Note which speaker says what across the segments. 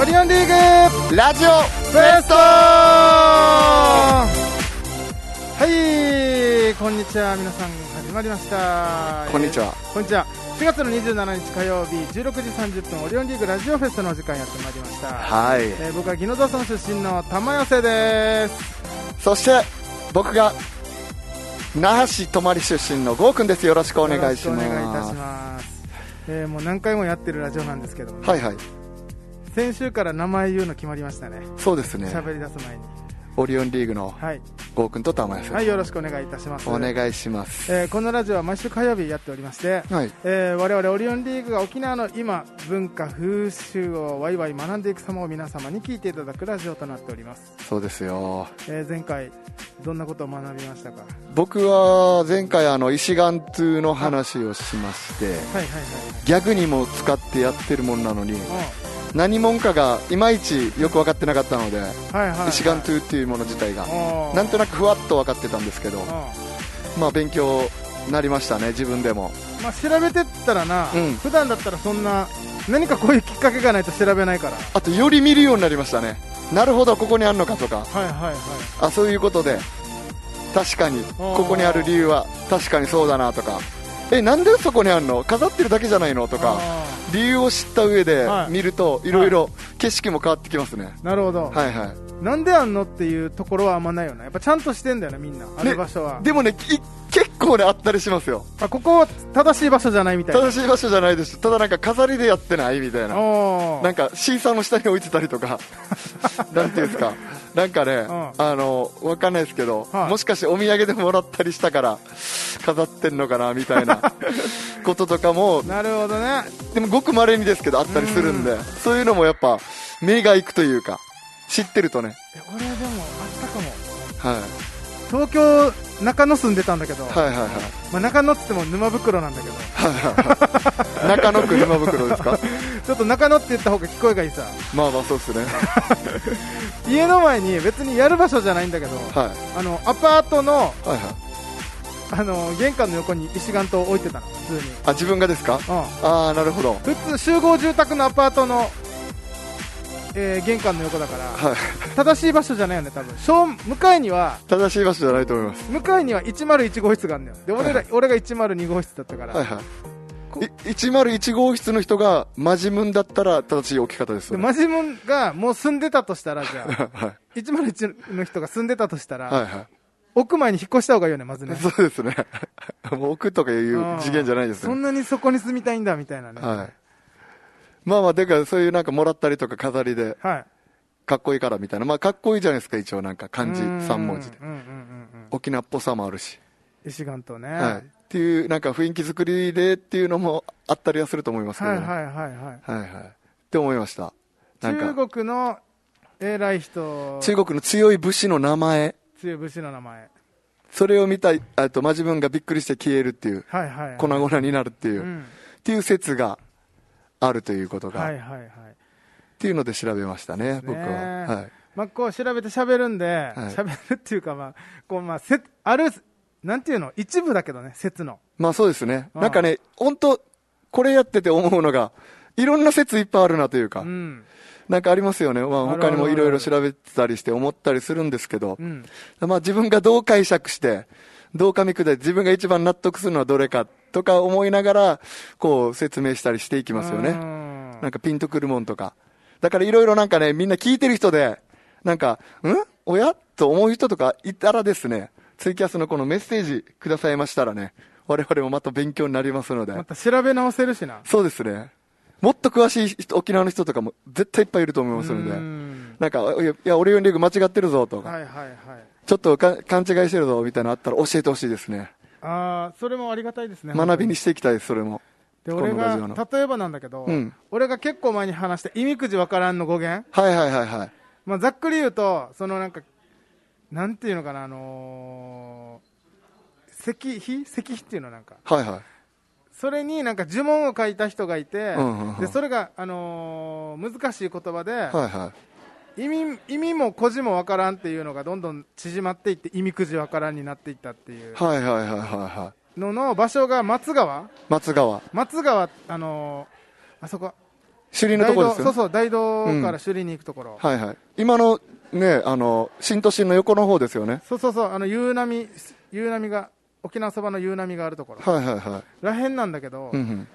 Speaker 1: オリオンリーグ
Speaker 2: ラジオ
Speaker 1: フェストはいこんにちは皆さん始まりました
Speaker 2: こんにちは
Speaker 1: こんにちは4月の27日火曜日16時30分オリオンリーグラジオフェストのお時間やってまいりました
Speaker 2: はい、
Speaker 1: えー僕は宜野座村出身の玉寄せです
Speaker 2: そして僕が那覇市泊出身のゴーくんですよろしくお願いしま
Speaker 1: よろ
Speaker 2: す
Speaker 1: くお願いいたします、えーもう何回もやってるラジオなんですけど
Speaker 2: はいはい
Speaker 1: 先週から名前言うの決まりましたね
Speaker 2: そうですね
Speaker 1: 喋り出す前に
Speaker 2: オリオンリーグの
Speaker 1: はい、
Speaker 2: ゴーくんと玉安、
Speaker 1: はい、よろしくお願いいたします
Speaker 2: お願いします
Speaker 1: えーこのラジオは毎週火曜日やっておりまして、
Speaker 2: はい
Speaker 1: えー我々オリオンリーグが沖縄の今文化風習をワイワイ学んでいく様を皆様に聞いていただくラジオとなっております、
Speaker 2: そうですよ
Speaker 1: えー前回どんなことを学びましたかはい
Speaker 2: 僕は前回あの石眼通の話をしまして
Speaker 1: はいはい
Speaker 2: ギャグにも使ってやってるもんなのに
Speaker 1: はい
Speaker 2: 何もんかがいまいちよく分かってなかったので
Speaker 1: うんはいはいはい
Speaker 2: 石眼通っていうもの自体が
Speaker 1: おー
Speaker 2: なんとなくふわっと分かってたんですけど
Speaker 1: う
Speaker 2: まあ勉強になりましたね自分でも
Speaker 1: んまあ、調べてったらな、
Speaker 2: うん
Speaker 1: 普段だったらそんな何かこういうきっかけがないと調べないから
Speaker 2: あとより見るようになりましたねなるほどここにあるのかとか
Speaker 1: はいはいはい
Speaker 2: あそういうことで確かに
Speaker 1: おー
Speaker 2: ここにある理由は確かにそうだなとかえなんでそこにあるの飾ってるだけじゃないのとか
Speaker 1: あ
Speaker 2: 理由を知った上で
Speaker 1: はい
Speaker 2: 見るといろいろ景色も変わってきますね
Speaker 1: ーなるほど、
Speaker 2: はいはい
Speaker 1: なんであんのっていうところはあんまないよねやっぱちゃんとしてんだよねみんなある場所は、
Speaker 2: でもねい 結構ねあったりしますよ
Speaker 1: あここは正しい場所じゃないみたいな
Speaker 2: 正しい場所じゃないですただなんか飾りでやってないみたいな
Speaker 1: おー
Speaker 2: なんかシーサーの下に置いてたり とか、なんていうんですか、なんかね、
Speaker 1: ん
Speaker 2: あのわかんないですけど、
Speaker 1: はい
Speaker 2: もしかしてお土産でもらったりしたから、飾ってんのかなみた いなこととかも、
Speaker 1: なるほどね
Speaker 2: でもごくまれにですけど、あったりするんで、そういうのもやっぱ、目が行くというか、知ってるとね、
Speaker 1: え俺でもあったかも
Speaker 2: は
Speaker 1: 東京中野住んでたんだけど、
Speaker 2: い、はいはいはい
Speaker 1: まあ、中野っつっても沼袋なんだけど
Speaker 2: 中野区沼袋ですか、
Speaker 1: ちょっと中野って言った方が聞こえがいいさ
Speaker 2: まあまあそうですね、
Speaker 1: 家の前に別にやる場所じゃないんだけど
Speaker 2: はい、
Speaker 1: あのアパートの
Speaker 2: はいはい、
Speaker 1: あの玄関の横に石岩灯置いてたの普通に、
Speaker 2: あ自分がですか、ああ、なるほど、
Speaker 1: うん、普通集合住宅のアパートの、えー玄関の横だから、
Speaker 2: はい、
Speaker 1: 正しい場所じゃないよね多分正向かいには
Speaker 2: 正しい場所じゃないと思います。
Speaker 1: 向かいには101号室があるんだよで俺ら、俺が102号室だったから、
Speaker 2: はいはい、い101号室の人がマジムンだったら正しい置き方です
Speaker 1: で
Speaker 2: よ、
Speaker 1: マジモンがもう住んでたとしたらじゃあ
Speaker 2: はい
Speaker 1: 101の人が住んでたとしたら、
Speaker 2: はいは
Speaker 1: 奥前に引っ越した方がいいよねまずね
Speaker 2: い、そうですね もう置くとかいう次元じゃないです
Speaker 1: そん
Speaker 2: ね
Speaker 1: なにそこに住みたいんだみたいなねは
Speaker 2: はいまあまあ、でかそういうなんかもらったりとか飾りで
Speaker 1: い、はい、
Speaker 2: かっこいいからみたいな、まあかっこいいじゃないですか、一応なんか漢字3文字で
Speaker 1: う。んうんうんうん
Speaker 2: 沖縄っぽさもあるし、
Speaker 1: 石岩島ね、
Speaker 2: はい。っていうなんか雰囲気作りでっていうのもあったりはすると思いますけ
Speaker 1: はい
Speaker 2: どね。
Speaker 1: はいはいはい
Speaker 2: はいはい。って思いました。なんか
Speaker 1: 中国の偉い人
Speaker 2: 中国の強い武士の名前。
Speaker 1: 強い武士の名前
Speaker 2: それを見た、えっと、マジ分がびっくりして消えるっていう、
Speaker 1: はいはい
Speaker 2: 粉々になるっていう、
Speaker 1: う
Speaker 2: っ
Speaker 1: ん
Speaker 2: ていう説があるということが、
Speaker 1: はい
Speaker 2: っ
Speaker 1: はいはい
Speaker 2: ていうので調べましたね、僕は。
Speaker 1: ねえ
Speaker 2: はい。
Speaker 1: まあこう調べて喋るんで、喋るっていうかまあこうまあせあるなんていうの一部だけどね説の
Speaker 2: まあそうですね。
Speaker 1: うん
Speaker 2: なんかね、本当これやってて思うのが、いろんな説いっぱいあるなというか、
Speaker 1: うん
Speaker 2: なんかありますよね。まあ
Speaker 1: あるあ
Speaker 2: 他
Speaker 1: る
Speaker 2: にもいろいろ調べてたりして思ったりするんですけど
Speaker 1: う、ん
Speaker 2: まあ自分がどう解釈して、どう噛み砕いて自分が一番納得するのはどれかとか思いながら、こう説明したりしていきますよね。
Speaker 1: ね
Speaker 2: なんかピンとくるもんとか。だからいろいろなんかね、みんな聞いてる人で、なんか、んおやと思う人とかいたらですね、ツイキャスのこのメッセージくださいましたらね、我々もまた勉強になりますので
Speaker 1: ま。た調べ直せるしな
Speaker 2: そうですね。もっと詳しい人、沖縄の人とかも絶対いっぱいいると思いますの
Speaker 1: う
Speaker 2: で。
Speaker 1: ん
Speaker 2: なんか、いやいや、俺よりリーグ間違ってるぞとか、
Speaker 1: はいはいはい
Speaker 2: ちょっとか勘違いしてるぞみたいなのあったら教えてほしいですね。
Speaker 1: ああそれもありがたいですね
Speaker 2: 学びにしていきたいです、それも。
Speaker 1: で
Speaker 2: この
Speaker 1: 俺
Speaker 2: ラ
Speaker 1: が
Speaker 2: ジオの
Speaker 1: 例えばなんだけど、
Speaker 2: うん
Speaker 1: 俺が結構前に話した「意味くじわからん」の語源、
Speaker 2: はいはいはいはい。
Speaker 1: まあ、ざっくり言うとそのなんかなんていうのかなあのー石碑石碑っていうのなんか
Speaker 2: はいはい。
Speaker 1: それになんか呪文を書いた人がいて、
Speaker 2: うんうんうん
Speaker 1: でそれが、あのー難しい言葉で、
Speaker 2: はいはい。
Speaker 1: 意味意味も個字もわからんっていうのがどんどん縮まっていって意味くじわからんになっていったっていう
Speaker 2: はいはいはいはいは
Speaker 1: のの場所が松川
Speaker 2: い。松川。
Speaker 1: 松川あのーあそこ
Speaker 2: 首里のと
Speaker 1: 大
Speaker 2: こで
Speaker 1: 道
Speaker 2: すよ
Speaker 1: そう
Speaker 2: ね。
Speaker 1: そう大道から首里に行くところ、
Speaker 2: はいはい。今のね、あの、新都心の横の方ですよね。
Speaker 1: そうそうそうあの夕波夕波が沖縄そばの夕波があるところ
Speaker 2: はいはいは
Speaker 1: らへんなんだけど、
Speaker 2: い。うんうん。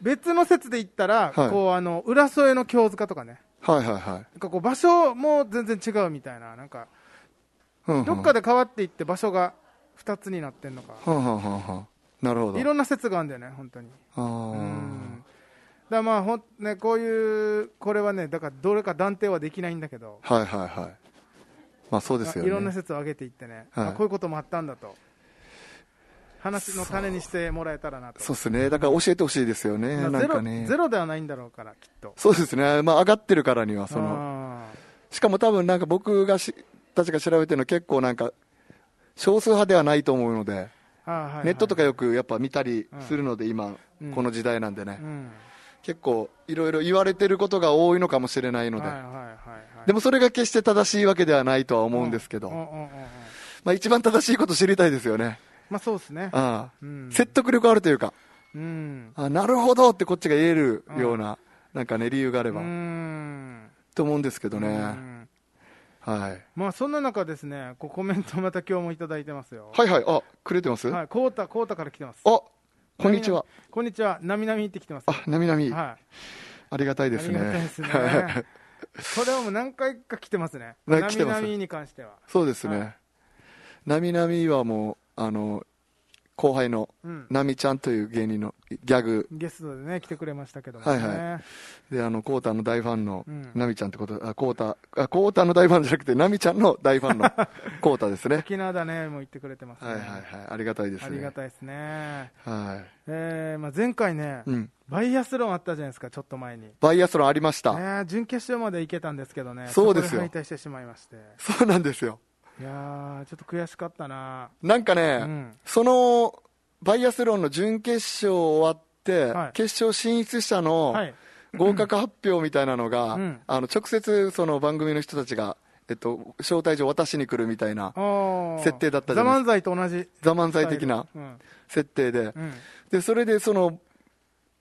Speaker 1: 別の説で言ったら、
Speaker 2: はい
Speaker 1: こうあの浦添の京塚とかね
Speaker 2: はいはいはい。
Speaker 1: なんかこう場所も全然違うみたいななんか
Speaker 2: うんうん
Speaker 1: どっかで変わっていって場所が2つになってんのか、
Speaker 2: はんはんはんはんなるほど。
Speaker 1: いろんな説があるんだよね本当に
Speaker 2: あ
Speaker 1: う
Speaker 2: ー
Speaker 1: んだからまあほん、ね、こういうこれはねだからどれか断定はできないんだけど、
Speaker 2: はいはいはい。まあそうですよ
Speaker 1: いろんな
Speaker 2: ね。
Speaker 1: 説を挙げていってね、
Speaker 2: はい
Speaker 1: あこういうこともあったんだと話の種にしてもらえたらなと
Speaker 2: そうですね。だから教えてほしいですよね。
Speaker 1: ま
Speaker 2: な
Speaker 1: あゼ
Speaker 2: ん
Speaker 1: ロ
Speaker 2: かね
Speaker 1: ゼ。ロではないんだろうからきっと
Speaker 2: そうですね。まあ上がってるからには、その、
Speaker 1: あー
Speaker 2: しかも多分なんか僕がし、たちが調べてるの結構なんか、少数派ではないと思うので、
Speaker 1: あーはいはい
Speaker 2: ネットとかよくやっぱ見たりするので、今
Speaker 1: うん、
Speaker 2: この時代なんでね
Speaker 1: う。ん
Speaker 2: 結構いろいろ言われてることが多いのかもしれないの
Speaker 1: はい
Speaker 2: で
Speaker 1: はい。はいはい
Speaker 2: でもそれが決して正しいわけではないとは思うんですけ
Speaker 1: うんう
Speaker 2: ど、
Speaker 1: んうんうん
Speaker 2: まあ一番正しいこと知りたいですよね。
Speaker 1: まあそうですね
Speaker 2: ああ
Speaker 1: うん
Speaker 2: 説得力あるというか、
Speaker 1: うん
Speaker 2: あなるほどってこっちが言えるような、なんかね、理由があれ
Speaker 1: う
Speaker 2: ば、
Speaker 1: ん
Speaker 2: と思うんですけどね、
Speaker 1: うん
Speaker 2: はい、
Speaker 1: まあそんな中ですねこうコメントまた今日もいただいてますよ
Speaker 2: はいはい、あくれてます、
Speaker 1: はい、こうた、こうたから来てます。
Speaker 2: あこんにちは、
Speaker 1: こんにちは、なみなみって来てます。
Speaker 2: あなみなみ、あ
Speaker 1: は
Speaker 2: りがたい
Speaker 1: い、
Speaker 2: で
Speaker 1: あ
Speaker 2: す
Speaker 1: りがたいで
Speaker 2: ね、
Speaker 1: すね。これはもう何回か来てますね。
Speaker 2: ね
Speaker 1: な
Speaker 2: 来
Speaker 1: み
Speaker 2: てま
Speaker 1: な
Speaker 2: す
Speaker 1: みに関しては。
Speaker 2: そうです
Speaker 1: は
Speaker 2: ね、なみなみはもう、あの後輩の
Speaker 1: うん。
Speaker 2: なみちゃんという芸人のギャグ
Speaker 1: ゲストでね、来てくれましたけどもね。
Speaker 2: はいはで、あのコータの大ファンの
Speaker 1: うん
Speaker 2: なみちゃんってこと、あコータあ、コータの大ファンじゃなくて、なみちゃんの大ファン のコータですね。
Speaker 1: 沖縄だね、もう言ってくれてますね。
Speaker 2: はいはいはい、ありがたいです
Speaker 1: あ
Speaker 2: ね。
Speaker 1: りがたいですね。
Speaker 2: は
Speaker 1: えー、まあ前回ね、
Speaker 2: い。うん。
Speaker 1: バイアスロンあったじゃないですか、ちょっと前に。ね
Speaker 2: バイアスロンありました。
Speaker 1: え、準決勝まで行けたんですけどね。
Speaker 2: そうですよ
Speaker 1: そこ敗退してしまいまして。
Speaker 2: そうなんですよ。
Speaker 1: いやー、ちょっと悔しかったな
Speaker 2: なんか
Speaker 1: う
Speaker 2: ね、
Speaker 1: ん。
Speaker 2: そのバイアスロンの準決勝終わって、
Speaker 1: はい
Speaker 2: 決勝進出者の
Speaker 1: はい。
Speaker 2: 合格発表みたいなのが、
Speaker 1: うん
Speaker 2: あの直接その番組の人たちが、えっと、招待状渡しに来るみたいな、設
Speaker 1: 設
Speaker 2: 定だったじ
Speaker 1: ザ・
Speaker 2: ゃない
Speaker 1: マ
Speaker 2: で
Speaker 1: ンザイと同じ
Speaker 2: ザ・漫才的な
Speaker 1: うん
Speaker 2: 設定で、
Speaker 1: うん
Speaker 2: でそれでその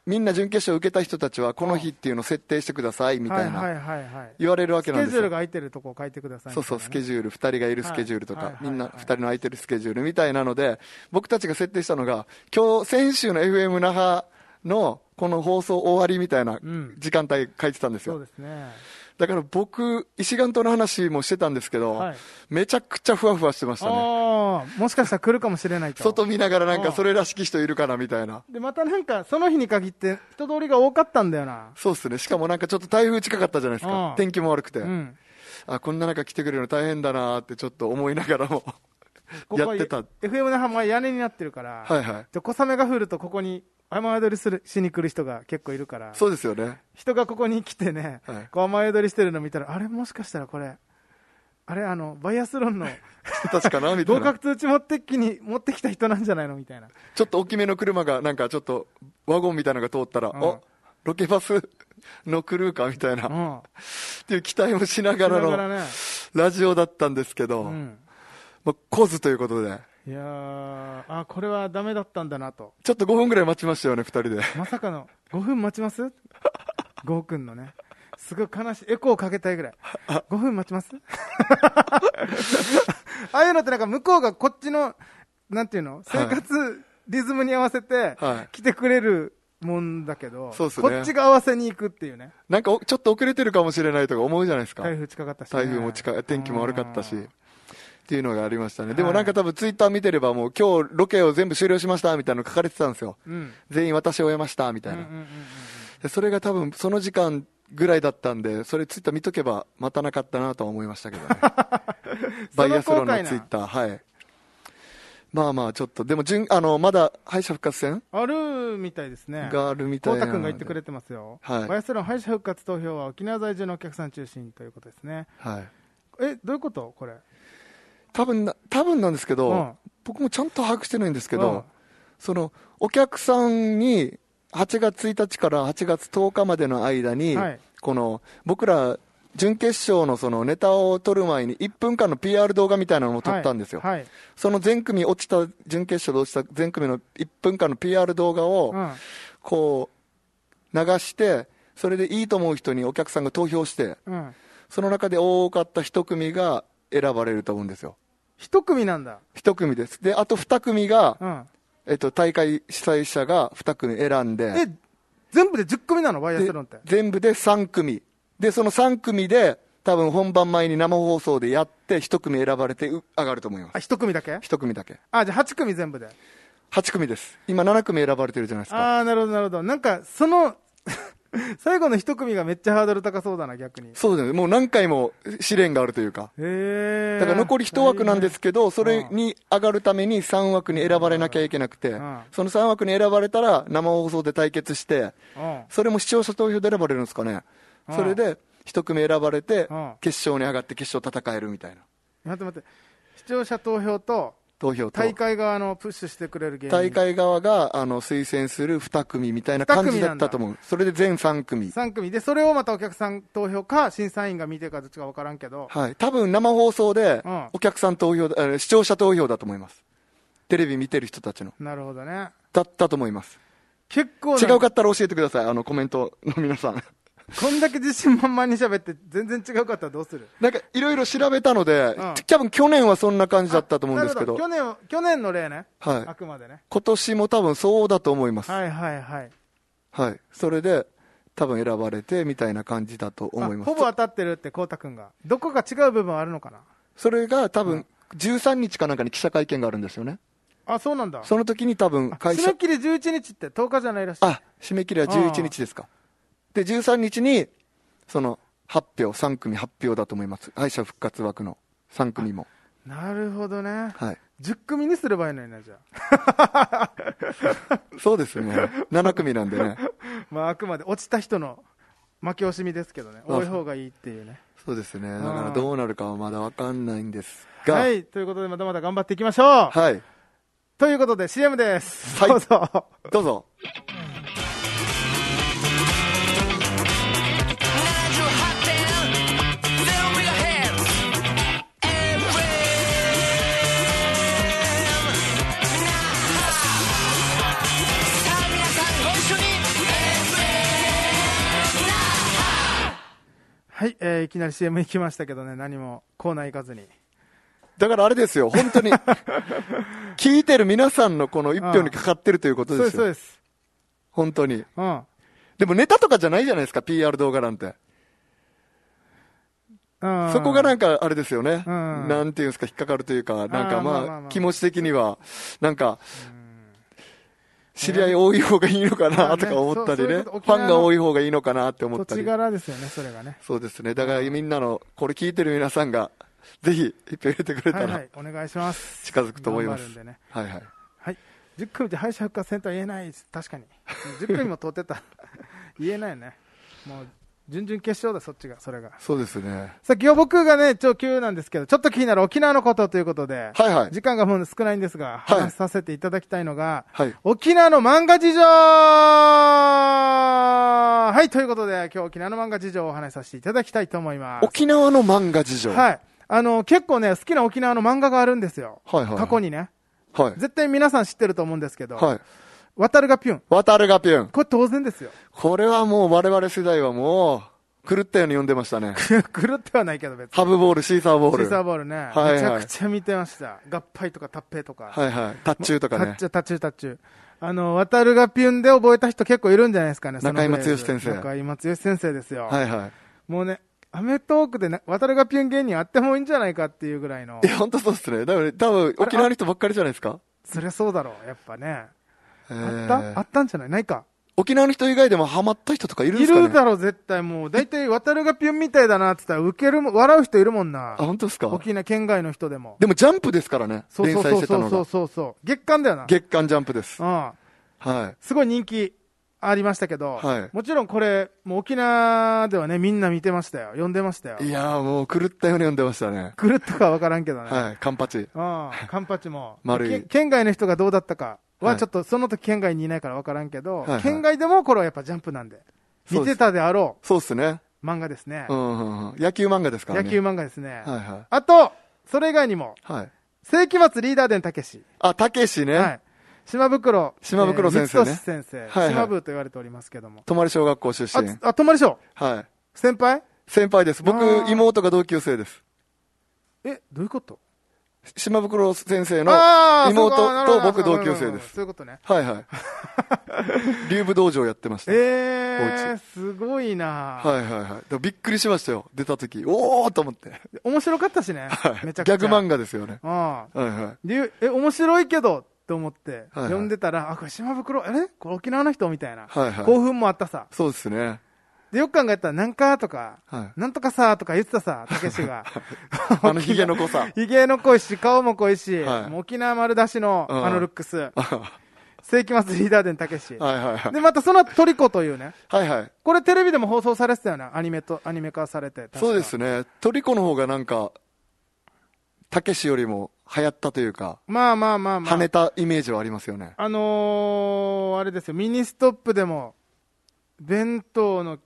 Speaker 2: みんな準決勝受けた人たちは、この日っていうのを設定してくださいみたい
Speaker 1: はい
Speaker 2: な、
Speaker 1: はいはいはい
Speaker 2: 言われるわ
Speaker 1: ス
Speaker 2: け
Speaker 1: ケ
Speaker 2: なんで
Speaker 1: ジ
Speaker 2: す
Speaker 1: ュー
Speaker 2: よ
Speaker 1: ルが。空いてるとこ書いてください
Speaker 2: そうそう、スケ
Speaker 1: ジ
Speaker 2: ジュール、2人がいるスケジュールと
Speaker 1: はい
Speaker 2: か
Speaker 1: は、い
Speaker 2: みんな
Speaker 1: はい
Speaker 2: 2人の空いてるスケジュールみたいなので、僕たちが設定したのが、今日先週の FM 那覇のこの放送終わりみたいな
Speaker 1: うん
Speaker 2: 時間帯書いてたんです
Speaker 1: そう
Speaker 2: よ。
Speaker 1: ですね
Speaker 2: だから僕、石岩島の話もしてたんですけど
Speaker 1: はい、
Speaker 2: めちゃくちゃふわふわしてましたね。
Speaker 1: ああもしかしたら来るかもしれないと
Speaker 2: 外見ながらなん
Speaker 1: あ
Speaker 2: か
Speaker 1: ー
Speaker 2: それらしき人いるかなみたいな。
Speaker 1: でまたなんかその日に限って人通りが多かったんだよな
Speaker 2: そうですね。しかもなんかちょっと台風近かったじゃないです
Speaker 1: あ
Speaker 2: か
Speaker 1: ー。
Speaker 2: 天気も悪くて
Speaker 1: う。ん
Speaker 2: あ、こんな中来てくれるの大変だなーってちょっと思いながらも。
Speaker 1: こ
Speaker 2: や
Speaker 1: こ
Speaker 2: ってた
Speaker 1: FM の浜は屋根になってるから
Speaker 2: はいはい。
Speaker 1: で小雨が降るとここに雨宿りするしに来る人が結構いるから
Speaker 2: そうですよね。
Speaker 1: 人がここに来てね、
Speaker 2: はい
Speaker 1: こう雨宿りしてるの見たらあれもしかしたらこれあれあのバイアスロ ンの
Speaker 2: 確かなみたい
Speaker 1: 合
Speaker 2: な。
Speaker 1: 格通知持ってきに持ってきた人なんじゃないのみたいな
Speaker 2: ちょっと大きめの車が、なんかちょっとワゴンみたいなのが通ったら、
Speaker 1: うん
Speaker 2: あロケバスのクルーかみたいな、
Speaker 1: う
Speaker 2: っ
Speaker 1: ん
Speaker 2: ていう期待をしな
Speaker 1: だ
Speaker 2: がら
Speaker 1: から
Speaker 2: の
Speaker 1: ね、
Speaker 2: ラジオだったんですけど、
Speaker 1: うん、
Speaker 2: まあ、来ずということで、
Speaker 1: いやーあこれはダメだったんだなと
Speaker 2: ちょっと5分ぐらい待ちましたよね、2人で。
Speaker 1: まさかの5分待ちますゴーくんのねすごい悲しいエコーかけたいぐらい5分待ちます ああいうのってなんか向こうがこっちのなんていうの生活リズムに合わせて
Speaker 2: はい
Speaker 1: 来てくれるもんだけど、
Speaker 2: そうっすね
Speaker 1: こっちが合わせに行くっていうね
Speaker 2: なんかおちょっと遅れてるかもしれないとか思うじゃないですか。
Speaker 1: 台風近かったしね、
Speaker 2: 台風も近い、天気も悪かったし。
Speaker 1: う
Speaker 2: っ
Speaker 1: ん
Speaker 2: ていうのがありましたね。
Speaker 1: い
Speaker 2: でもなんか多分ツイッター見てればもう今日ロケを全部終了しましたみたいなの書かれてたんですよ。
Speaker 1: うん
Speaker 2: 全員私を終えましたみたい
Speaker 1: う
Speaker 2: な。
Speaker 1: んうんうんうん
Speaker 2: でそれが多分その時間ぐらいだったんで、それツイッター見とけば待たなかったなとは思いましたけ どね。バイアスロンのツイッター、はい。まあまあちょっと、でも順あのまだ敗者復活戦
Speaker 1: あるみたいですね。
Speaker 2: があるみた
Speaker 1: こ
Speaker 2: いうな
Speaker 1: たく
Speaker 2: ので。
Speaker 1: んが言ってくれてますよ。
Speaker 2: はい
Speaker 1: バイアスロン敗者復活投票は沖縄在住のお客さん中心ということですね。
Speaker 2: はい。
Speaker 1: え、どういうことこれ。
Speaker 2: 多分な、多分なんですけど、
Speaker 1: うん
Speaker 2: 僕もちゃんと把握してないんですけ
Speaker 1: うん
Speaker 2: ど、その、お客さんに、8月1日から8月10日までの間に、
Speaker 1: はい
Speaker 2: この、僕ら準決勝のそのネタを撮る前に1分間の PR 動画みたいなのも撮ったんですよ。
Speaker 1: はい。
Speaker 2: その全組落ちた、準決勝で落ちた全組の1分間の PR 動画を、
Speaker 1: はい
Speaker 2: こう、流して、それでいいと思う人にお客さんが投票して、
Speaker 1: うん。うん。
Speaker 2: その中で多かった1組が選ばれると思うんですよ。
Speaker 1: 一組なんだ。
Speaker 2: 1組です。で、あと2組が、
Speaker 1: うん。
Speaker 2: えっと、大会主催者が2組選んで
Speaker 1: え、全部で10組なのワイヤー
Speaker 2: で
Speaker 1: サロンって。
Speaker 2: 全部で3組。で、その3組で、多分本番前に生放送でやって、1組選ばれてう上がると思います
Speaker 1: あ、。一組だけ
Speaker 2: 1組だけ。
Speaker 1: あ、じゃあ8組全部で。
Speaker 2: 8組です。今7組選ばれてるじゃないですか。
Speaker 1: ああ、なるほど、なるほど。なんか、その、 最後の一組がめっちゃハードル高そうだな、逆に。へ
Speaker 2: そうですね。もう何回も試練があるというか。
Speaker 1: え。
Speaker 2: だから残り1枠なんですけど、それに上がるために3枠に選ばれなきゃいけなくて
Speaker 1: ん、
Speaker 2: その3枠に選ばれたら生放送で対決して、
Speaker 1: うん。
Speaker 2: それも視聴者投票で選ばれるんですかね。
Speaker 1: うん
Speaker 2: それで1組選ばれて
Speaker 1: うん、
Speaker 2: 決勝に上がって決勝戦えるみたいな。
Speaker 1: 待って待って。視聴者投票と、
Speaker 2: 投票と。
Speaker 1: 大会側のプッシュしてくれる芸人。
Speaker 2: 大会側があの推薦する2組みたいな感じだったと思う。それで全3組。
Speaker 1: 3組で、それをまたお客さん投票か、審査員が見てるかどっちか分からんけど、
Speaker 2: はい。多分生放送で
Speaker 1: うん
Speaker 2: お客さん投票だ、あ視聴者投票だと思います。テレビ見てる人たちの。
Speaker 1: なるほどね。
Speaker 2: だったと思います。
Speaker 1: 結構
Speaker 2: 違
Speaker 1: な
Speaker 2: うかったら教えてください、あのコメントの皆 さん。
Speaker 1: こんだけ自信満々に喋って、全然違うかったらどうする
Speaker 2: なんかいろいろ調べたので、
Speaker 1: うん
Speaker 2: 多分去年はそんな感じだったと思うんですけど、
Speaker 1: なるほ去年、去年の例ね。
Speaker 2: はい
Speaker 1: あくまでね。
Speaker 2: 今年も多分そうだと思います。はい。
Speaker 1: はいはいはい。
Speaker 2: それで、多分選ばれてみたいな感じだと思い
Speaker 1: あ
Speaker 2: ます。
Speaker 1: ほぼ当たってるって、こうたくんが。どこか違う部分はあるのかな
Speaker 2: それが多分13日かなんかに記者会見があるんですよね。
Speaker 1: あ、そうなんだ。
Speaker 2: その時に多分会
Speaker 1: 締
Speaker 2: 社
Speaker 1: め、切り11日って10日じゃないらしい。
Speaker 2: あ、締め切りは11日ですか。で、13日に、その発表、3組発表だと思います。敗者復活枠の3組も。
Speaker 1: なるほどね。
Speaker 2: はい。
Speaker 1: 10組にすればいいのにな、じゃ
Speaker 2: そうですね。7組なんで ね。
Speaker 1: あ。まあ、あくまで落ちた人の負け惜しみですけどね。
Speaker 2: あ
Speaker 1: 多い方がいいっていうね。
Speaker 2: そうですね。だ
Speaker 1: ん
Speaker 2: からどうなるかはまだわかんないんですが、
Speaker 1: は。い。ということで、まだまだ頑張っていきましょう。
Speaker 2: はい。
Speaker 1: ということで、CM です。
Speaker 2: はい
Speaker 1: どうぞ。
Speaker 2: どうぞ。
Speaker 1: はい、えー、いきなり CM 行きましたけどね、何もコーナー行かずに。
Speaker 2: だからあれですよ、本 当に。聞いてる皆さんのこの一票にかかってるということ
Speaker 1: そうで、
Speaker 2: ですす
Speaker 1: そう
Speaker 2: よ。
Speaker 1: です。
Speaker 2: 本当に。
Speaker 1: うん。
Speaker 2: でもネタとかじゃないじゃないですか、PR 動画なんて。
Speaker 1: うん、
Speaker 2: そこがなんかあれですよね。
Speaker 1: うん
Speaker 2: なんていうんですか、引っかかるというか、なんか
Speaker 1: あーまあまあ
Speaker 2: ま
Speaker 1: ま
Speaker 2: あ
Speaker 1: あ、
Speaker 2: 気持ち的には、なんか、知り合い多い方がいいのか
Speaker 1: まあ
Speaker 2: な
Speaker 1: ね
Speaker 2: とか思ったり
Speaker 1: そうそうい
Speaker 2: ね。
Speaker 1: う
Speaker 2: フ
Speaker 1: こと沖
Speaker 2: ァ
Speaker 1: 縄の
Speaker 2: ンが多い方がいいのかなって思っ
Speaker 1: 土
Speaker 2: た
Speaker 1: 地
Speaker 2: り。
Speaker 1: 柄ですよね、それがね。
Speaker 2: そうですね。だからみんなの、これ聞いてる皆さんが、ぜひ、一票入れてくれ
Speaker 1: は
Speaker 2: た
Speaker 1: いは
Speaker 2: ら
Speaker 1: い、、お願いします。
Speaker 2: 近づくと思います
Speaker 1: 頑張るんでね。
Speaker 2: はいはい。
Speaker 1: はい。10組で敗者復活戦とは言えないです。確かに。10組も通ってた。 言えないね。もう、準々決勝だ、そっちが、それが。
Speaker 2: そうですね。
Speaker 1: さあ、今日僕がね、超急なんですけど、ちょっと気になる沖縄のことということで、
Speaker 2: はいはい。
Speaker 1: 時間がもう少ないんですが、
Speaker 2: はい
Speaker 1: 話させていただきたいのが、
Speaker 2: はい。
Speaker 1: 沖縄の漫画事情はい、ということで、今日沖縄の漫画事情をお話しさせていただきたいと思います。
Speaker 2: 沖縄の漫画事情。はい。
Speaker 1: はい。あの、結構ね、好きな沖縄の漫画があるんですよ。
Speaker 2: はいはいはい
Speaker 1: 過去にね。
Speaker 2: はい。
Speaker 1: 絶対皆さん知ってると思うんですけど、
Speaker 2: はい。
Speaker 1: 渡るがピュン。
Speaker 2: 渡るがぴゅん。
Speaker 1: これ当然ですよ。
Speaker 2: これはもう我々世代はもう、狂ったように読んで ましたね。
Speaker 1: 狂ってはないけど別に。
Speaker 2: ハブボール、シーサーボー
Speaker 1: シ
Speaker 2: ル。
Speaker 1: ーサーボールね、
Speaker 2: いはい
Speaker 1: めちゃくちゃ見てました。合杯とかタッペイとか。
Speaker 2: はいはい。タッチューと
Speaker 1: タ
Speaker 2: かね
Speaker 1: ッチ。ュ、タッチュ、タッチュ。あの、渡るがピュンで覚えた人結構いるんじゃないですかね、その
Speaker 2: 中居
Speaker 1: フレーズ
Speaker 2: 正先生
Speaker 1: 中井正義先生ですよ。
Speaker 2: はいはい。
Speaker 1: もうね、アメトーークでな渡るがピュン芸人あってもいいんじゃないかっていうぐらいの
Speaker 2: い。や、ほんとそうっすね。だから、多分、沖縄の人ばっかりじゃないですか。
Speaker 1: そりゃそうだろう、やっぱね。
Speaker 2: え
Speaker 1: あったあ
Speaker 2: ー
Speaker 1: ったんじゃないないか。
Speaker 2: 沖縄の人以外でもハマった人とかいるんで
Speaker 1: い
Speaker 2: すかね
Speaker 1: るだろ、絶対もう。大体、渡るがピュンみたいだなって言ったら、受けるも、笑う人いるもんな
Speaker 2: あ、。本当ですか
Speaker 1: 沖縄県外の人でも。
Speaker 2: でも、ジャンプですからね。
Speaker 1: そう
Speaker 2: 連
Speaker 1: そう
Speaker 2: 載
Speaker 1: そ
Speaker 2: し
Speaker 1: う
Speaker 2: てたの
Speaker 1: そう
Speaker 2: が。
Speaker 1: そうそう。月間だよな。
Speaker 2: 月刊ジャンプです
Speaker 1: う。ん。
Speaker 2: はい。
Speaker 1: すごい人気ありましたけど、
Speaker 2: はい
Speaker 1: もちろんこれ、もう沖縄ではね、みんな見てましたよ。読んでましたよ。
Speaker 2: いやーもう狂ったように読んでましたね。
Speaker 1: くるっとかわからんけどね。
Speaker 2: はい、カンパチ。
Speaker 1: うん。カンパチも。
Speaker 2: 丸い
Speaker 1: け県外の人がどうだったか
Speaker 2: は
Speaker 1: は、
Speaker 2: い
Speaker 1: ちょっとその時県外にいないからわからんけど、
Speaker 2: はいはい
Speaker 1: 県外でもこれはやっぱジャンプなんで。
Speaker 2: そう
Speaker 1: 見
Speaker 2: です
Speaker 1: てたであろ
Speaker 2: そうっすね。
Speaker 1: う。漫画ですね
Speaker 2: う。んうんうん野球漫画ですから
Speaker 1: 野
Speaker 2: ね。
Speaker 1: 球漫画ですね。
Speaker 2: はいは
Speaker 1: あと、それ以外にも、
Speaker 2: い。はい。
Speaker 1: 世紀末リーダー伝たけし。
Speaker 2: あ、たけしね。
Speaker 1: はい。島袋。
Speaker 2: 島袋先
Speaker 1: えー
Speaker 2: 生ね
Speaker 1: 三越先生。
Speaker 2: はいはい
Speaker 1: 島部と言われておりますけども。
Speaker 2: 泊まり小学校出
Speaker 1: あ
Speaker 2: 身。、
Speaker 1: あ、泊まりしょ
Speaker 2: はい。
Speaker 1: う。先輩
Speaker 2: 先輩です。僕
Speaker 1: あ、ー
Speaker 2: 妹が同級生です。
Speaker 1: え、どういうこと
Speaker 2: 島袋先生の、は
Speaker 1: あー
Speaker 2: 妹
Speaker 1: そうかなるほど
Speaker 2: と僕同級
Speaker 1: な
Speaker 2: 生
Speaker 1: るほど
Speaker 2: です
Speaker 1: そういうことね。
Speaker 2: いはい。 竜武道場やってました。
Speaker 1: え
Speaker 2: お
Speaker 1: ー、すごいな、
Speaker 2: はいはいはい。でもびっくりしましたよ。出た時。おーと思って。
Speaker 1: 面白かったしね。
Speaker 2: はい
Speaker 1: めちゃくちゃ。
Speaker 2: ギャグ漫画ですよね。
Speaker 1: 画。うん。
Speaker 2: はいは
Speaker 1: でえ、面白いけどって思って、
Speaker 2: はいはい
Speaker 1: 読んでたら、あ、これ島袋、あれこれ沖縄の人みたいな、
Speaker 2: はいはい
Speaker 1: 興奮もあったさ
Speaker 2: い。。そうで すね。
Speaker 1: で、よく考えたら、なんかとか、
Speaker 2: は
Speaker 1: なんとかさとか言ってたさ、たけしが。
Speaker 2: い。 あのヒ ゲの子さん。
Speaker 1: ひげの濃いし、顔も濃いし、
Speaker 2: はい
Speaker 1: もう沖縄丸出しの
Speaker 2: うん
Speaker 1: あのルックス、
Speaker 2: あ
Speaker 1: 世紀末リーダー伝たけし。
Speaker 2: はいはいはい。
Speaker 1: で、またその後トリコというね、
Speaker 2: はいはい。
Speaker 1: これテレビでも放送されてたよね、アニメと、アニメ化されて。確か
Speaker 2: そうですね。トリコの方がなんか、たけしよりも流行ったというか、
Speaker 1: まあまあまあまあ。
Speaker 2: 跳ねたイメージはありますよね。
Speaker 1: あのー、あれですよ、ミニストップでも、弁当の、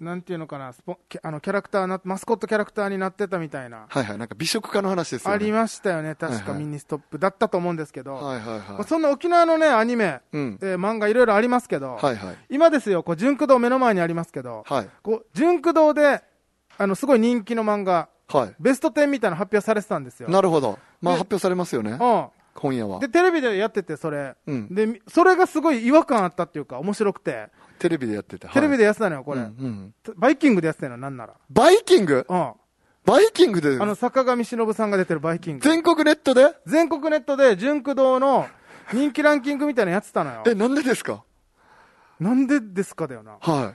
Speaker 1: なんていうのかな、スポキャあのキャラクターな、マスコットキャラクターになってたみたいな、
Speaker 2: はいはい。なんか美食家の話ですよね。
Speaker 1: ありましたよね、確
Speaker 2: はい
Speaker 1: か
Speaker 2: はい
Speaker 1: ミニストップだったと思うんですけど、
Speaker 2: はいはい
Speaker 1: ま
Speaker 2: は
Speaker 1: あ
Speaker 2: い。
Speaker 1: そんな沖縄のね、アニメ、
Speaker 2: うん。
Speaker 1: えー漫画、いろいろありますけど、
Speaker 2: はいはい。
Speaker 1: 今ですよ、こう、純駆堂目の前にありますけど、
Speaker 2: はい。
Speaker 1: こう純駆堂で、あの、すごい人気の漫画、
Speaker 2: は
Speaker 1: ベスト10みたいなの発表されてたんですよ。
Speaker 2: い。なるほど。まあ
Speaker 1: で
Speaker 2: 発表されますよね。
Speaker 1: うん
Speaker 2: 今夜は
Speaker 1: で、。テレビでやってて、それ。
Speaker 2: うん
Speaker 1: で、みそれがすごい違和感あったっていうか、面白くて。
Speaker 2: テレビでやってて。
Speaker 1: テレビ
Speaker 2: で
Speaker 1: でやってたのよ、こ
Speaker 2: こ
Speaker 1: れ。
Speaker 2: うん。
Speaker 1: バイキングでやってたのよ、なんなら。
Speaker 2: バイキング
Speaker 1: うん。あ
Speaker 2: バイキングで
Speaker 1: の、坂上忍さんが出てるバイキング。
Speaker 2: 全国ネットで
Speaker 1: 全国ネットで、純駆堂の人気ランキングみたいなのやってたのよ。
Speaker 2: え、なんでですか
Speaker 1: なんでですかだよな。
Speaker 2: は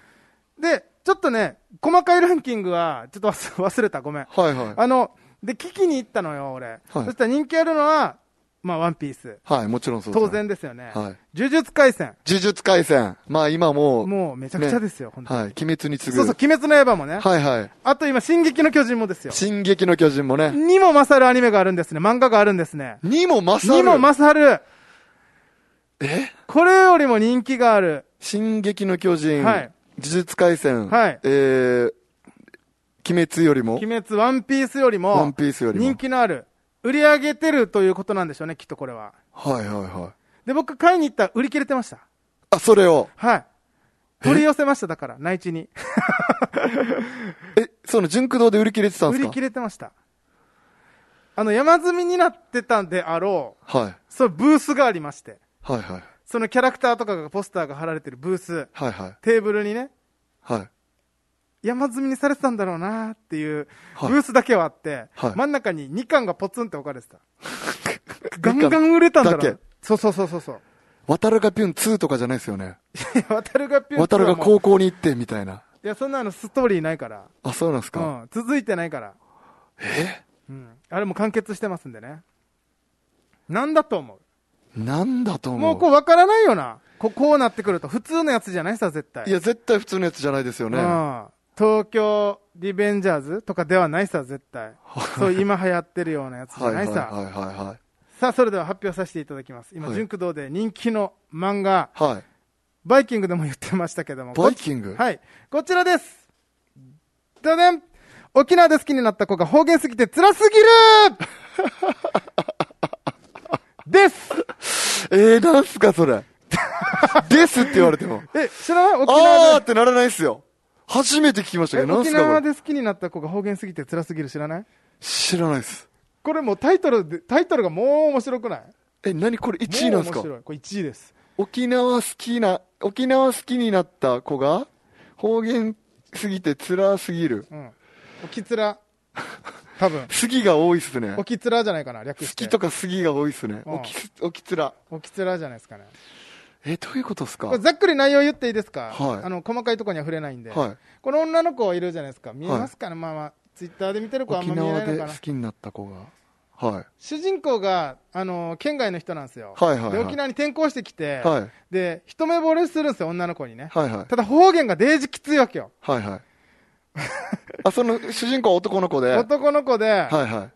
Speaker 1: で、ちょっとね、細かいランキングは、ちょっと忘 忘れた、ごめん。
Speaker 2: い。はいは
Speaker 1: あの、で、聞きに行ったのよ、俺。
Speaker 2: はい
Speaker 1: そしたら人気あるのは、まあ、ワンピース。
Speaker 2: い。はい、もちろんそうです
Speaker 1: 当
Speaker 2: ね。
Speaker 1: 然ですよね。
Speaker 2: はい
Speaker 1: 呪術廻戦。
Speaker 2: 呪術廻戦。まあ今もう、
Speaker 1: もうめちゃくちゃですよ、本当に。
Speaker 2: はい、鬼滅に次ぐ。
Speaker 1: そうそう、鬼滅の刃もね。
Speaker 2: はいはい。
Speaker 1: あと今、進撃の巨人もですよ。
Speaker 2: 進撃の巨人もね。
Speaker 1: にも勝るアニメがあるんですね。漫画があるんですね。
Speaker 2: にも勝
Speaker 1: に
Speaker 2: る。
Speaker 1: も勝る。
Speaker 2: え
Speaker 1: これよりも人気がある。
Speaker 2: 進撃の巨人。
Speaker 1: はい
Speaker 2: 呪術廻戦。
Speaker 1: はい
Speaker 2: えー、鬼滅よりも
Speaker 1: 鬼。滅、ワンピースより
Speaker 2: ワン
Speaker 1: も
Speaker 2: ピ、ースよりも。
Speaker 1: 人気のある。売り上げてるということなんでしょうね、きっとこれは。
Speaker 2: はいはいはい。
Speaker 1: で、僕、買いに行ったら売り切れてました。
Speaker 2: あ、それを。
Speaker 1: はい。取り寄せました、だから、内地に。
Speaker 2: え、その、純駆動で売り切れてたん
Speaker 1: 売
Speaker 2: です
Speaker 1: り
Speaker 2: か
Speaker 1: 切れてました。あの、山積みになってたんであろう、
Speaker 2: はい。
Speaker 1: そう、ブースがありまして。
Speaker 2: はいはい。
Speaker 1: そのキャラクターとかが、ポスターが貼られてるブース、
Speaker 2: はいはい。
Speaker 1: テーブルにね、
Speaker 2: はい。
Speaker 1: 山積みにされてたんだろうなっていう、
Speaker 2: はい
Speaker 1: ブースだけはあって、
Speaker 2: はい
Speaker 1: 真ん中に2巻がポツンって置か れてた。ガンガン売れたんだろ
Speaker 2: だけ
Speaker 1: う。そうそうそうそうそう。
Speaker 2: 渡るがピュン2とかじゃないですよね。
Speaker 1: いや渡るがピュン
Speaker 2: 渡るが
Speaker 1: う。
Speaker 2: 高校に行って、みたいな。
Speaker 1: いや、そんなのストーリーないから。
Speaker 2: あ、そうなんです
Speaker 1: う
Speaker 2: か。
Speaker 1: ん。続いてないから。
Speaker 2: え
Speaker 1: うん。あれも完結してますんでね。なんだと思
Speaker 2: なんだと
Speaker 1: う
Speaker 2: 思う。
Speaker 1: もうこう分からないよな。ここうなってくると。普通のやつじゃないさ、絶対。
Speaker 2: いや、絶対普通のやつじゃないですよね。
Speaker 1: うん。東京リベンジャーズとかではないさ、絶対。そういう今流行ってるようなやつじゃ
Speaker 2: はい
Speaker 1: な
Speaker 2: はいい
Speaker 1: さ。
Speaker 2: はいは
Speaker 1: さあ、それでは発表させていただきます。今、
Speaker 2: はい
Speaker 1: 純駆動で人気の漫画、
Speaker 2: い。はい。
Speaker 1: バイキングでも言ってましたけども。
Speaker 2: バイキング
Speaker 1: こはい。こちらです。じゃでん沖縄で好きになった子が方言すぎて辛すぎる です
Speaker 2: えー、なんすかそれ。 ですって言われても。
Speaker 1: え、知ら ない沖
Speaker 2: あ
Speaker 1: 縄
Speaker 2: ーってならないっすよ。初めて聞きました
Speaker 1: でえ。
Speaker 2: けど、なん
Speaker 1: 沖
Speaker 2: すかこ
Speaker 1: 縄
Speaker 2: れ。
Speaker 1: で好きになった子が方言すぎて辛すぎる知らない
Speaker 2: 知らないっす。
Speaker 1: これもうタイトルで、タイトルがもう面白くない
Speaker 2: え、何これ1位なんすか
Speaker 1: もう面白い。これ1位です。
Speaker 2: 沖縄好きな、沖縄好きになった子が、方言すぎて辛すぎる。
Speaker 1: うん。沖つら。多 分。
Speaker 2: 好きが多いっすね。好
Speaker 1: 沖つらじゃないかな、略して。
Speaker 2: きとか好きが多いっすね。
Speaker 1: うん
Speaker 2: おき、おきつら。
Speaker 1: おきつらじゃないですかね。
Speaker 2: え、どういうことっすか
Speaker 1: これ
Speaker 2: はい。
Speaker 1: ざっくり内容言っていいですか、
Speaker 2: はい
Speaker 1: あの細かいところには触れないんで、
Speaker 2: はい
Speaker 1: この女の子いるじゃないですか、見えますかね、まあまあ、ツイッターで見てる子はあん
Speaker 2: 沖
Speaker 1: ま見え
Speaker 2: 縄
Speaker 1: ないの
Speaker 2: で
Speaker 1: か
Speaker 2: 好
Speaker 1: な、
Speaker 2: きになった子が。はい。
Speaker 1: 主人公があの県外の人なんですよ、
Speaker 2: はいはいはい
Speaker 1: で、沖縄に転校してきて、
Speaker 2: はい
Speaker 1: で、一目惚れするんですよ、女の子にね、
Speaker 2: はいはい。
Speaker 1: ただ方言がデージきついわけよ、
Speaker 2: はいはい。あ、その主人公は男の子で。はい
Speaker 1: 男の子で、
Speaker 2: は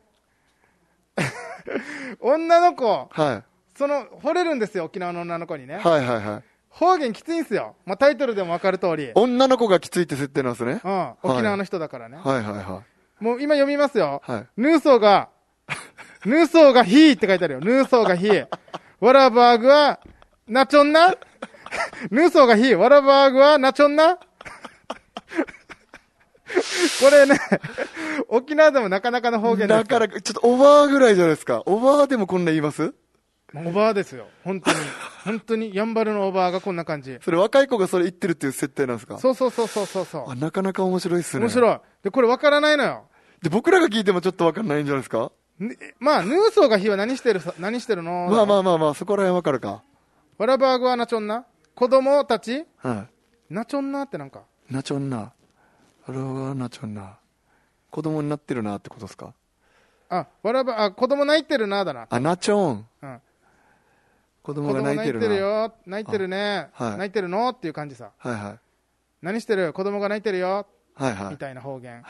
Speaker 2: い。
Speaker 1: 女の子、
Speaker 2: はい。
Speaker 1: その惚れるんですよ、沖縄の女の子にね、
Speaker 2: はいはいはい。
Speaker 1: 方言きついんすよ。まあ、タイトルでもわかる通り。
Speaker 2: 女の子がきついって設定なんですね。
Speaker 1: うん。沖縄の人だからね。
Speaker 2: はいはいは
Speaker 1: もう今読みますよ。
Speaker 2: い。はい。
Speaker 1: ヌーソーが、 ヌーソーがヒーって書いてあるよ。ヌーソーがヒー。ワラバーグは、ナチョンナ ヌーソーがヒー。ワラバーグは、ナチョンナ これね、沖縄でもなかなかの方言で
Speaker 2: な
Speaker 1: すか。
Speaker 2: からなか、ちょっとオーバーぐらいじゃないですか。オーバーでもこんな言います
Speaker 1: オーバーですよ。本当に。本当に、ヤンバルのオーバーがこんな感じ。
Speaker 2: それ若い子がそれ言ってるっていう設定なんですか
Speaker 1: そうそうそうそうそうそ
Speaker 2: あなかなか面白いっす
Speaker 1: う。
Speaker 2: ね。
Speaker 1: 面白い。で、これわからないのよ。
Speaker 2: で、僕らが聞いてもちょっとわかんないんじゃないですか
Speaker 1: ねまあ、ヌーソーがヒーは何してるさ、何してるの
Speaker 2: まあま
Speaker 1: あ。
Speaker 2: あまあまあ、そこら辺わかるか。
Speaker 1: ワラバーグはナチョンナ子供たち
Speaker 2: は
Speaker 1: ナチョンナってなんか。
Speaker 2: い。なちょんな。あれはなちょんな。子供になってるなってことですか
Speaker 1: あ、わらば、あ、子供泣いてるな、だな。
Speaker 2: あ、なちょん。
Speaker 1: うん。
Speaker 2: 子
Speaker 1: 子
Speaker 2: 供が
Speaker 1: 供
Speaker 2: 泣い
Speaker 1: 泣い
Speaker 2: て
Speaker 1: て
Speaker 2: るな。
Speaker 1: るよ。泣いてるね。
Speaker 2: あはい
Speaker 1: 泣いてるのっていう感じさ。
Speaker 2: はいはい。
Speaker 1: 何してる子供が泣いてるよ。
Speaker 2: はいはい
Speaker 1: み。たいな方言。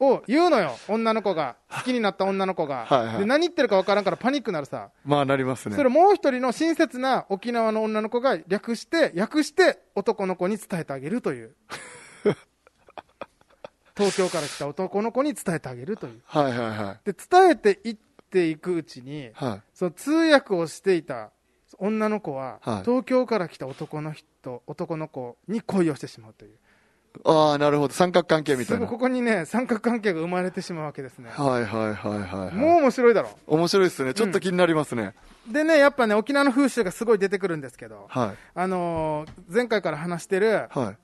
Speaker 1: を言うのよ。女の子が。好きになった女の子が。
Speaker 2: はいはい
Speaker 1: で、何言ってるかわからんからパニックなるさ。
Speaker 2: まあなりますね。
Speaker 1: それもう一人の親切な沖縄の女の子が略して、略して男の子に伝えてあげると いう。東京から来た男の子に伝えてあげるという。
Speaker 2: はいはいはい。
Speaker 1: で、伝えていっていくうちに、
Speaker 2: はい。
Speaker 1: その通訳をしていた女の子は、
Speaker 2: はい
Speaker 1: 東京から来た男の人男の子に恋をしてしまうという
Speaker 2: ああ、なるほど。三角関係みた
Speaker 1: す
Speaker 2: い
Speaker 1: ぐ
Speaker 2: な。
Speaker 1: ここにね三角関係が生まれてしまうわけですね
Speaker 2: はいはいはいはい。
Speaker 1: も
Speaker 2: は
Speaker 1: う面白いだろ
Speaker 2: い面白いですね。ちょっと気になりますね。
Speaker 1: でねやっぱね沖縄の風習がすごい出てくるんですけど、
Speaker 2: はい。
Speaker 1: あのー前回から話してる、
Speaker 2: はい。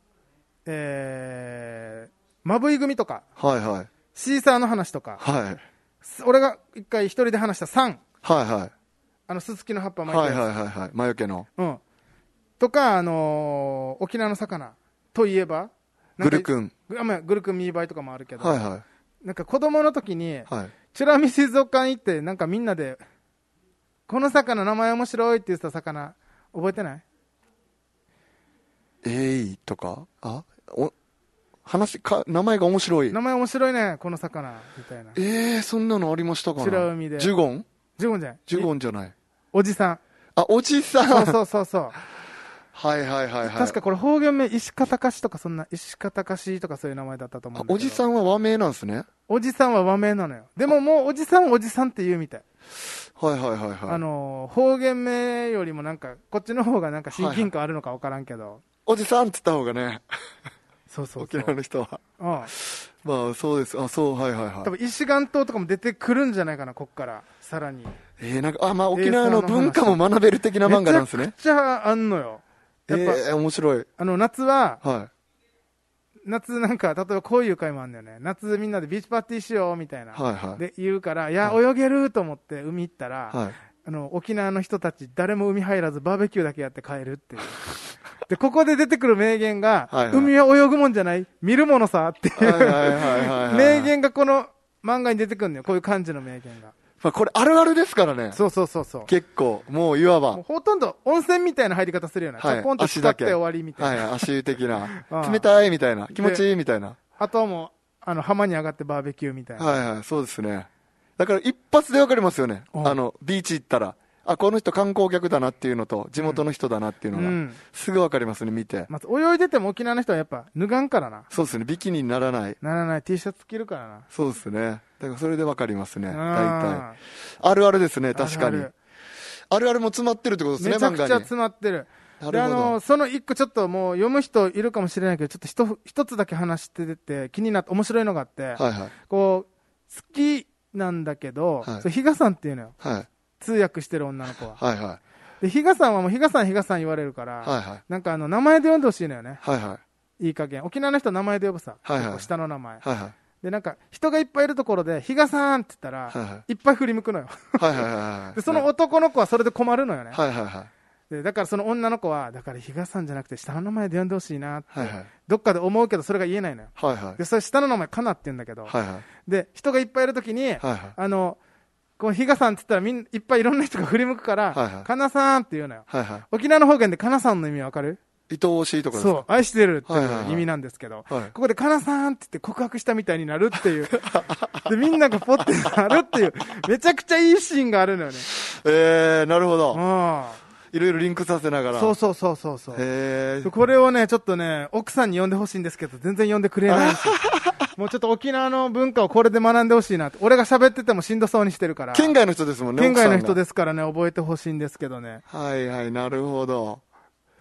Speaker 1: えー、まぶい組とか
Speaker 2: はいはい。
Speaker 1: シーサーの話とか
Speaker 2: はい。
Speaker 1: 俺が一回一人で話した3
Speaker 2: はいはい。
Speaker 1: あのススキの葉っぱ巻い
Speaker 2: は
Speaker 1: て
Speaker 2: い
Speaker 1: る
Speaker 2: はいはいはい。魔除けの。
Speaker 1: うん、とか、あのー沖縄の魚といえばなんか
Speaker 2: グル君。
Speaker 1: あまあ、グルクンミーバイとかもあるけど、
Speaker 2: はいは
Speaker 1: なんか子供の時に
Speaker 2: い。はい。
Speaker 1: チュラミ水族館行ってなんかみんなでこの魚名前面白いって言ってた魚覚えてない
Speaker 2: えいとかあお、話、か、名前が面白い
Speaker 1: 名。前面白いねこの魚みたいな
Speaker 2: ええそんなのありましたかな
Speaker 1: 美ら海で
Speaker 2: ジュゴン
Speaker 1: ジュゴンじゃん
Speaker 2: ジュゴンじゃない。
Speaker 1: おじさん
Speaker 2: あ、おじさん。
Speaker 1: そうそうそう そう、
Speaker 2: はいはいはいはい。
Speaker 1: 確かこれ方言名石方隆とかそんな石方隆とかそういう名前だったと思う
Speaker 2: あ
Speaker 1: んだけど
Speaker 2: おじさんは和名なんですね。
Speaker 1: おじさんは和名なのよでももうおじさんはおじさんって言うみたい
Speaker 2: はいはいはいはい。
Speaker 1: あのー方言名よりもなんかこっちの方がなんか親近感あるのか分からんけど、
Speaker 2: おじさんって言った方がね、
Speaker 1: そうそう
Speaker 2: 沖
Speaker 1: そう
Speaker 2: 縄の人は。
Speaker 1: うん
Speaker 2: まあそうです。あ、そう、はいはいはい。
Speaker 1: 多分石岩島とかも出てくるんじゃないかなこっからさらに
Speaker 2: えー、なんか、あ、まあ、沖縄の文化も学べる的な漫画なんです
Speaker 1: め
Speaker 2: ね
Speaker 1: ち。ゃくちゃあんのよ
Speaker 2: え
Speaker 1: やっぱ、
Speaker 2: ー、面白い。
Speaker 1: あの夏は
Speaker 2: は
Speaker 1: 夏なんか例えばこういう会もあるんだよね夏みんなでビーチパーティーしようみたい
Speaker 2: い。
Speaker 1: な、
Speaker 2: はいはい。
Speaker 1: で言うからいや、
Speaker 2: は
Speaker 1: 泳げると思って海行ったら、
Speaker 2: はい。
Speaker 1: あの沖縄の人たち誰も海入らずバーベキューだけやって帰るって いうでここで出てくる名言が、
Speaker 2: はいはい
Speaker 1: 海は泳ぐもんじゃない見るものさっていう、
Speaker 2: はいはいはいはいはい。
Speaker 1: 名。言がこの漫画に出てくるんだよこういう感じの名言が
Speaker 2: まあ、これあるあるですからね。
Speaker 1: そうそうそうそう
Speaker 2: 結構、もういわば。
Speaker 1: もうほとんど温泉みたいな入り方するよね。
Speaker 2: はい
Speaker 1: ちょこんと
Speaker 2: 足
Speaker 1: 使
Speaker 2: だ
Speaker 1: って
Speaker 2: け
Speaker 1: 終わりみたいな。
Speaker 2: はい、足湯 的な
Speaker 1: ああ。
Speaker 2: 冷たいみたいな。気持ちいいみたいな。
Speaker 1: あとはもう、あの、浜に上がってバーベキューみたいな。
Speaker 2: はいはい、そうですね。だから一発でわかりますよね。
Speaker 1: うん
Speaker 2: あの、ビーチ行ったら。あ、この人観光客だなっていうのと、地元の人だなっていう
Speaker 1: う
Speaker 2: のが、
Speaker 1: ん。
Speaker 2: すぐわかりますね、見て。
Speaker 1: まず泳いでても沖縄の人はやっぱ脱がんからな。
Speaker 2: そうですね、ビキニにならない。
Speaker 1: ならない T シャツ着るからな。
Speaker 2: そうですね。だからそれでわかりますね、大
Speaker 1: い
Speaker 2: 体。あるあるですね、確かに。あ
Speaker 1: あ
Speaker 2: る
Speaker 1: る
Speaker 2: あるも詰まってるってことですね、
Speaker 1: めちゃ
Speaker 2: 漫
Speaker 1: くち
Speaker 2: 画
Speaker 1: ゃ
Speaker 2: に。な
Speaker 1: 詰まってる。で、あ
Speaker 2: るほ
Speaker 1: の、
Speaker 2: ど。
Speaker 1: その一個ちょっともう読む人いるかもしれないけど、ちょっとひと一つだけ話してて気になって面白いのがあって、
Speaker 2: はいはい。
Speaker 1: こう、好きなんだけど、
Speaker 2: はい
Speaker 1: そう比嘉さんっていうのよ。
Speaker 2: はい。
Speaker 1: 通訳してる女の子は。
Speaker 2: はいはい。
Speaker 1: で、比嘉さんはもう比嘉さん比嘉さん言われるから、
Speaker 2: はいはい。
Speaker 1: なんかあの、名前で呼んでほしいのよね。
Speaker 2: はいはい。
Speaker 1: いい加減。沖縄の人名前で呼ぶさ。
Speaker 2: はいはい
Speaker 1: 下の名前。
Speaker 2: はいはい。
Speaker 1: で、なんか、人がいっぱいいるところで、比嘉さんって言ったら、、
Speaker 2: はいはい
Speaker 1: っぱい振り向くのよ。
Speaker 2: い。はいはいはいはい。
Speaker 1: で、その男の子はそれで困るのよね。
Speaker 2: はいはいはい。
Speaker 1: で、だからその女の子は、だから比嘉さんじゃなくて下の名前で呼んでほしいなって、
Speaker 2: はいはい。
Speaker 1: どっかで思うけど、それが言えないのよ。
Speaker 2: はいはい。
Speaker 1: で、それ下の名前かなって言うんだけど、
Speaker 2: はいはい。
Speaker 1: で、人がいっぱいいるときに、
Speaker 2: はいはい。
Speaker 1: あの、こう、比嘉さんって言ったらみん、いっぱいいろんな人が振り向くから、
Speaker 2: はいはい
Speaker 1: かなさんって言うのよ。
Speaker 2: はいは
Speaker 1: 沖縄の方言でかなさんの意味わかる
Speaker 2: い。愛おしいとかです
Speaker 1: そう
Speaker 2: か。
Speaker 1: 愛してるって
Speaker 2: はいはいはい
Speaker 1: いう意味なんですけど、
Speaker 2: はい。
Speaker 1: ここで、かなさんって言って告白したみたいになるって いう。で、みんながポッてなるっていう、めちゃくちゃいいシーンがあるのよね。
Speaker 2: えー、なるほ
Speaker 1: う
Speaker 2: ど。
Speaker 1: ん。
Speaker 2: いろいろリンクさせながら。
Speaker 1: そうそうそうそうそう。
Speaker 2: へえ。
Speaker 1: これをね、ちょっとね、奥さんに呼んでほしいんですけど、全然呼んでくれないん ですよもうちょっと沖縄の文化をこれで学んでほしいなって。俺が喋っててもしんどそうにしてるから。
Speaker 2: 県外の人ですもんね。。
Speaker 1: 県外の人ですすからね、覚えてほしいんですけどね。
Speaker 2: はいはい、なるほど。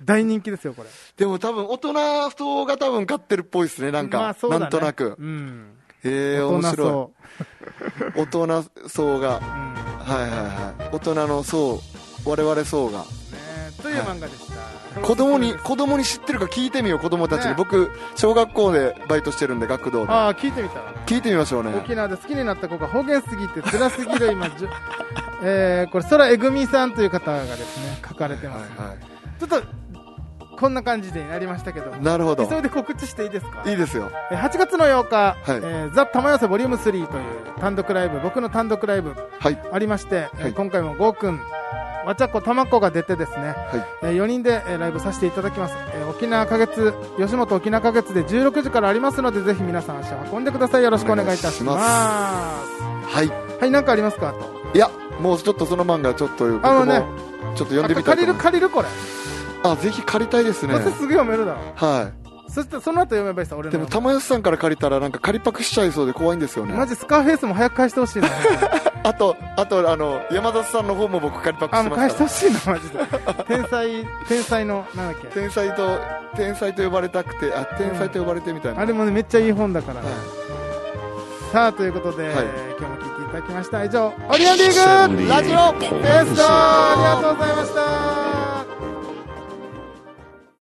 Speaker 1: 大人気ですよ、これ。
Speaker 2: でも多分、大人人が多分飼ってるっぽいですね、なんか。
Speaker 1: まあそうだね
Speaker 2: なんとなく
Speaker 1: う。ん。
Speaker 2: へえ、
Speaker 1: 大
Speaker 2: 面
Speaker 1: 人
Speaker 2: 白
Speaker 1: そ
Speaker 2: い。大人層が。
Speaker 1: う。うん。ね
Speaker 2: はいはいはい。大人の層、我々層が。
Speaker 1: えという漫画でした。
Speaker 2: 子供に、子供に知ってるか聞いてみよう、子供たちに。
Speaker 1: ね
Speaker 2: 僕、小学校でバイトしてるんで、学童で。
Speaker 1: ああ、聞いてみたら。
Speaker 2: 聞いてみましょうね。
Speaker 1: 沖縄で好きになった子が方言すぎて辛すぎる今、じゅ えー、これ、空えぐみさんという方がですね、書かれて
Speaker 2: は
Speaker 1: ます、
Speaker 2: いは
Speaker 1: ちょっと、こんな感じでなりましたけど、
Speaker 2: い。なるほど。
Speaker 1: 急いで告知していいですか
Speaker 2: いいですよ。
Speaker 1: えー8月の8日、
Speaker 2: はい
Speaker 1: えーザ・玉寄せボリューム3という単独ライブ、僕の単独ライブ
Speaker 2: はい。
Speaker 1: ありまして、えー
Speaker 2: はい
Speaker 1: 今回もゴーくん、わちゃこ、たまこが出てですね、
Speaker 2: はい。
Speaker 1: え4人で、えーライブさせていただきます、えー沖縄花月、吉本沖縄花月で16時からありますので、ぜひ皆さん足を運んでください。よろしくお願いいたし
Speaker 2: お願い
Speaker 1: ます。
Speaker 2: はい。
Speaker 1: はい、なんかありますかと。
Speaker 2: いや、もうちょっとその漫画、ちょっと、僕
Speaker 1: あの
Speaker 2: も、
Speaker 1: ね
Speaker 2: ちょっと読んでみたい
Speaker 1: 借
Speaker 2: と
Speaker 1: りる
Speaker 2: 思います
Speaker 1: 借りるこれ。
Speaker 2: あ、ぜひ借りたいですね
Speaker 1: ど。うせすぐ読めるだろ。
Speaker 2: は
Speaker 1: そしてその後読めばいいさ、俺
Speaker 2: い。
Speaker 1: の。
Speaker 2: でも、玉吉さんから借りたら、なんか借りパクしちゃいそうで怖いんですよ
Speaker 1: マ
Speaker 2: ね。
Speaker 1: ジスカーフェイスも早く返してほし いな。
Speaker 2: あと、あと、あの、山里さんの方も僕借りパク
Speaker 1: あ
Speaker 2: し
Speaker 1: の、
Speaker 2: ま
Speaker 1: 返し
Speaker 2: し
Speaker 1: てほ
Speaker 2: た。
Speaker 1: しいな、マジ で。天才、天才の、なんだっけ。
Speaker 2: 天才と、天才と呼ばれたくて、あ、天才と呼ばれてみたいな。
Speaker 1: あれもね、めっちゃいい本だから。
Speaker 2: は
Speaker 1: さあ、ということで、
Speaker 2: はい
Speaker 1: 今日も聞いていただきました。以上、オリオンリーグラジオベーストありがとうございました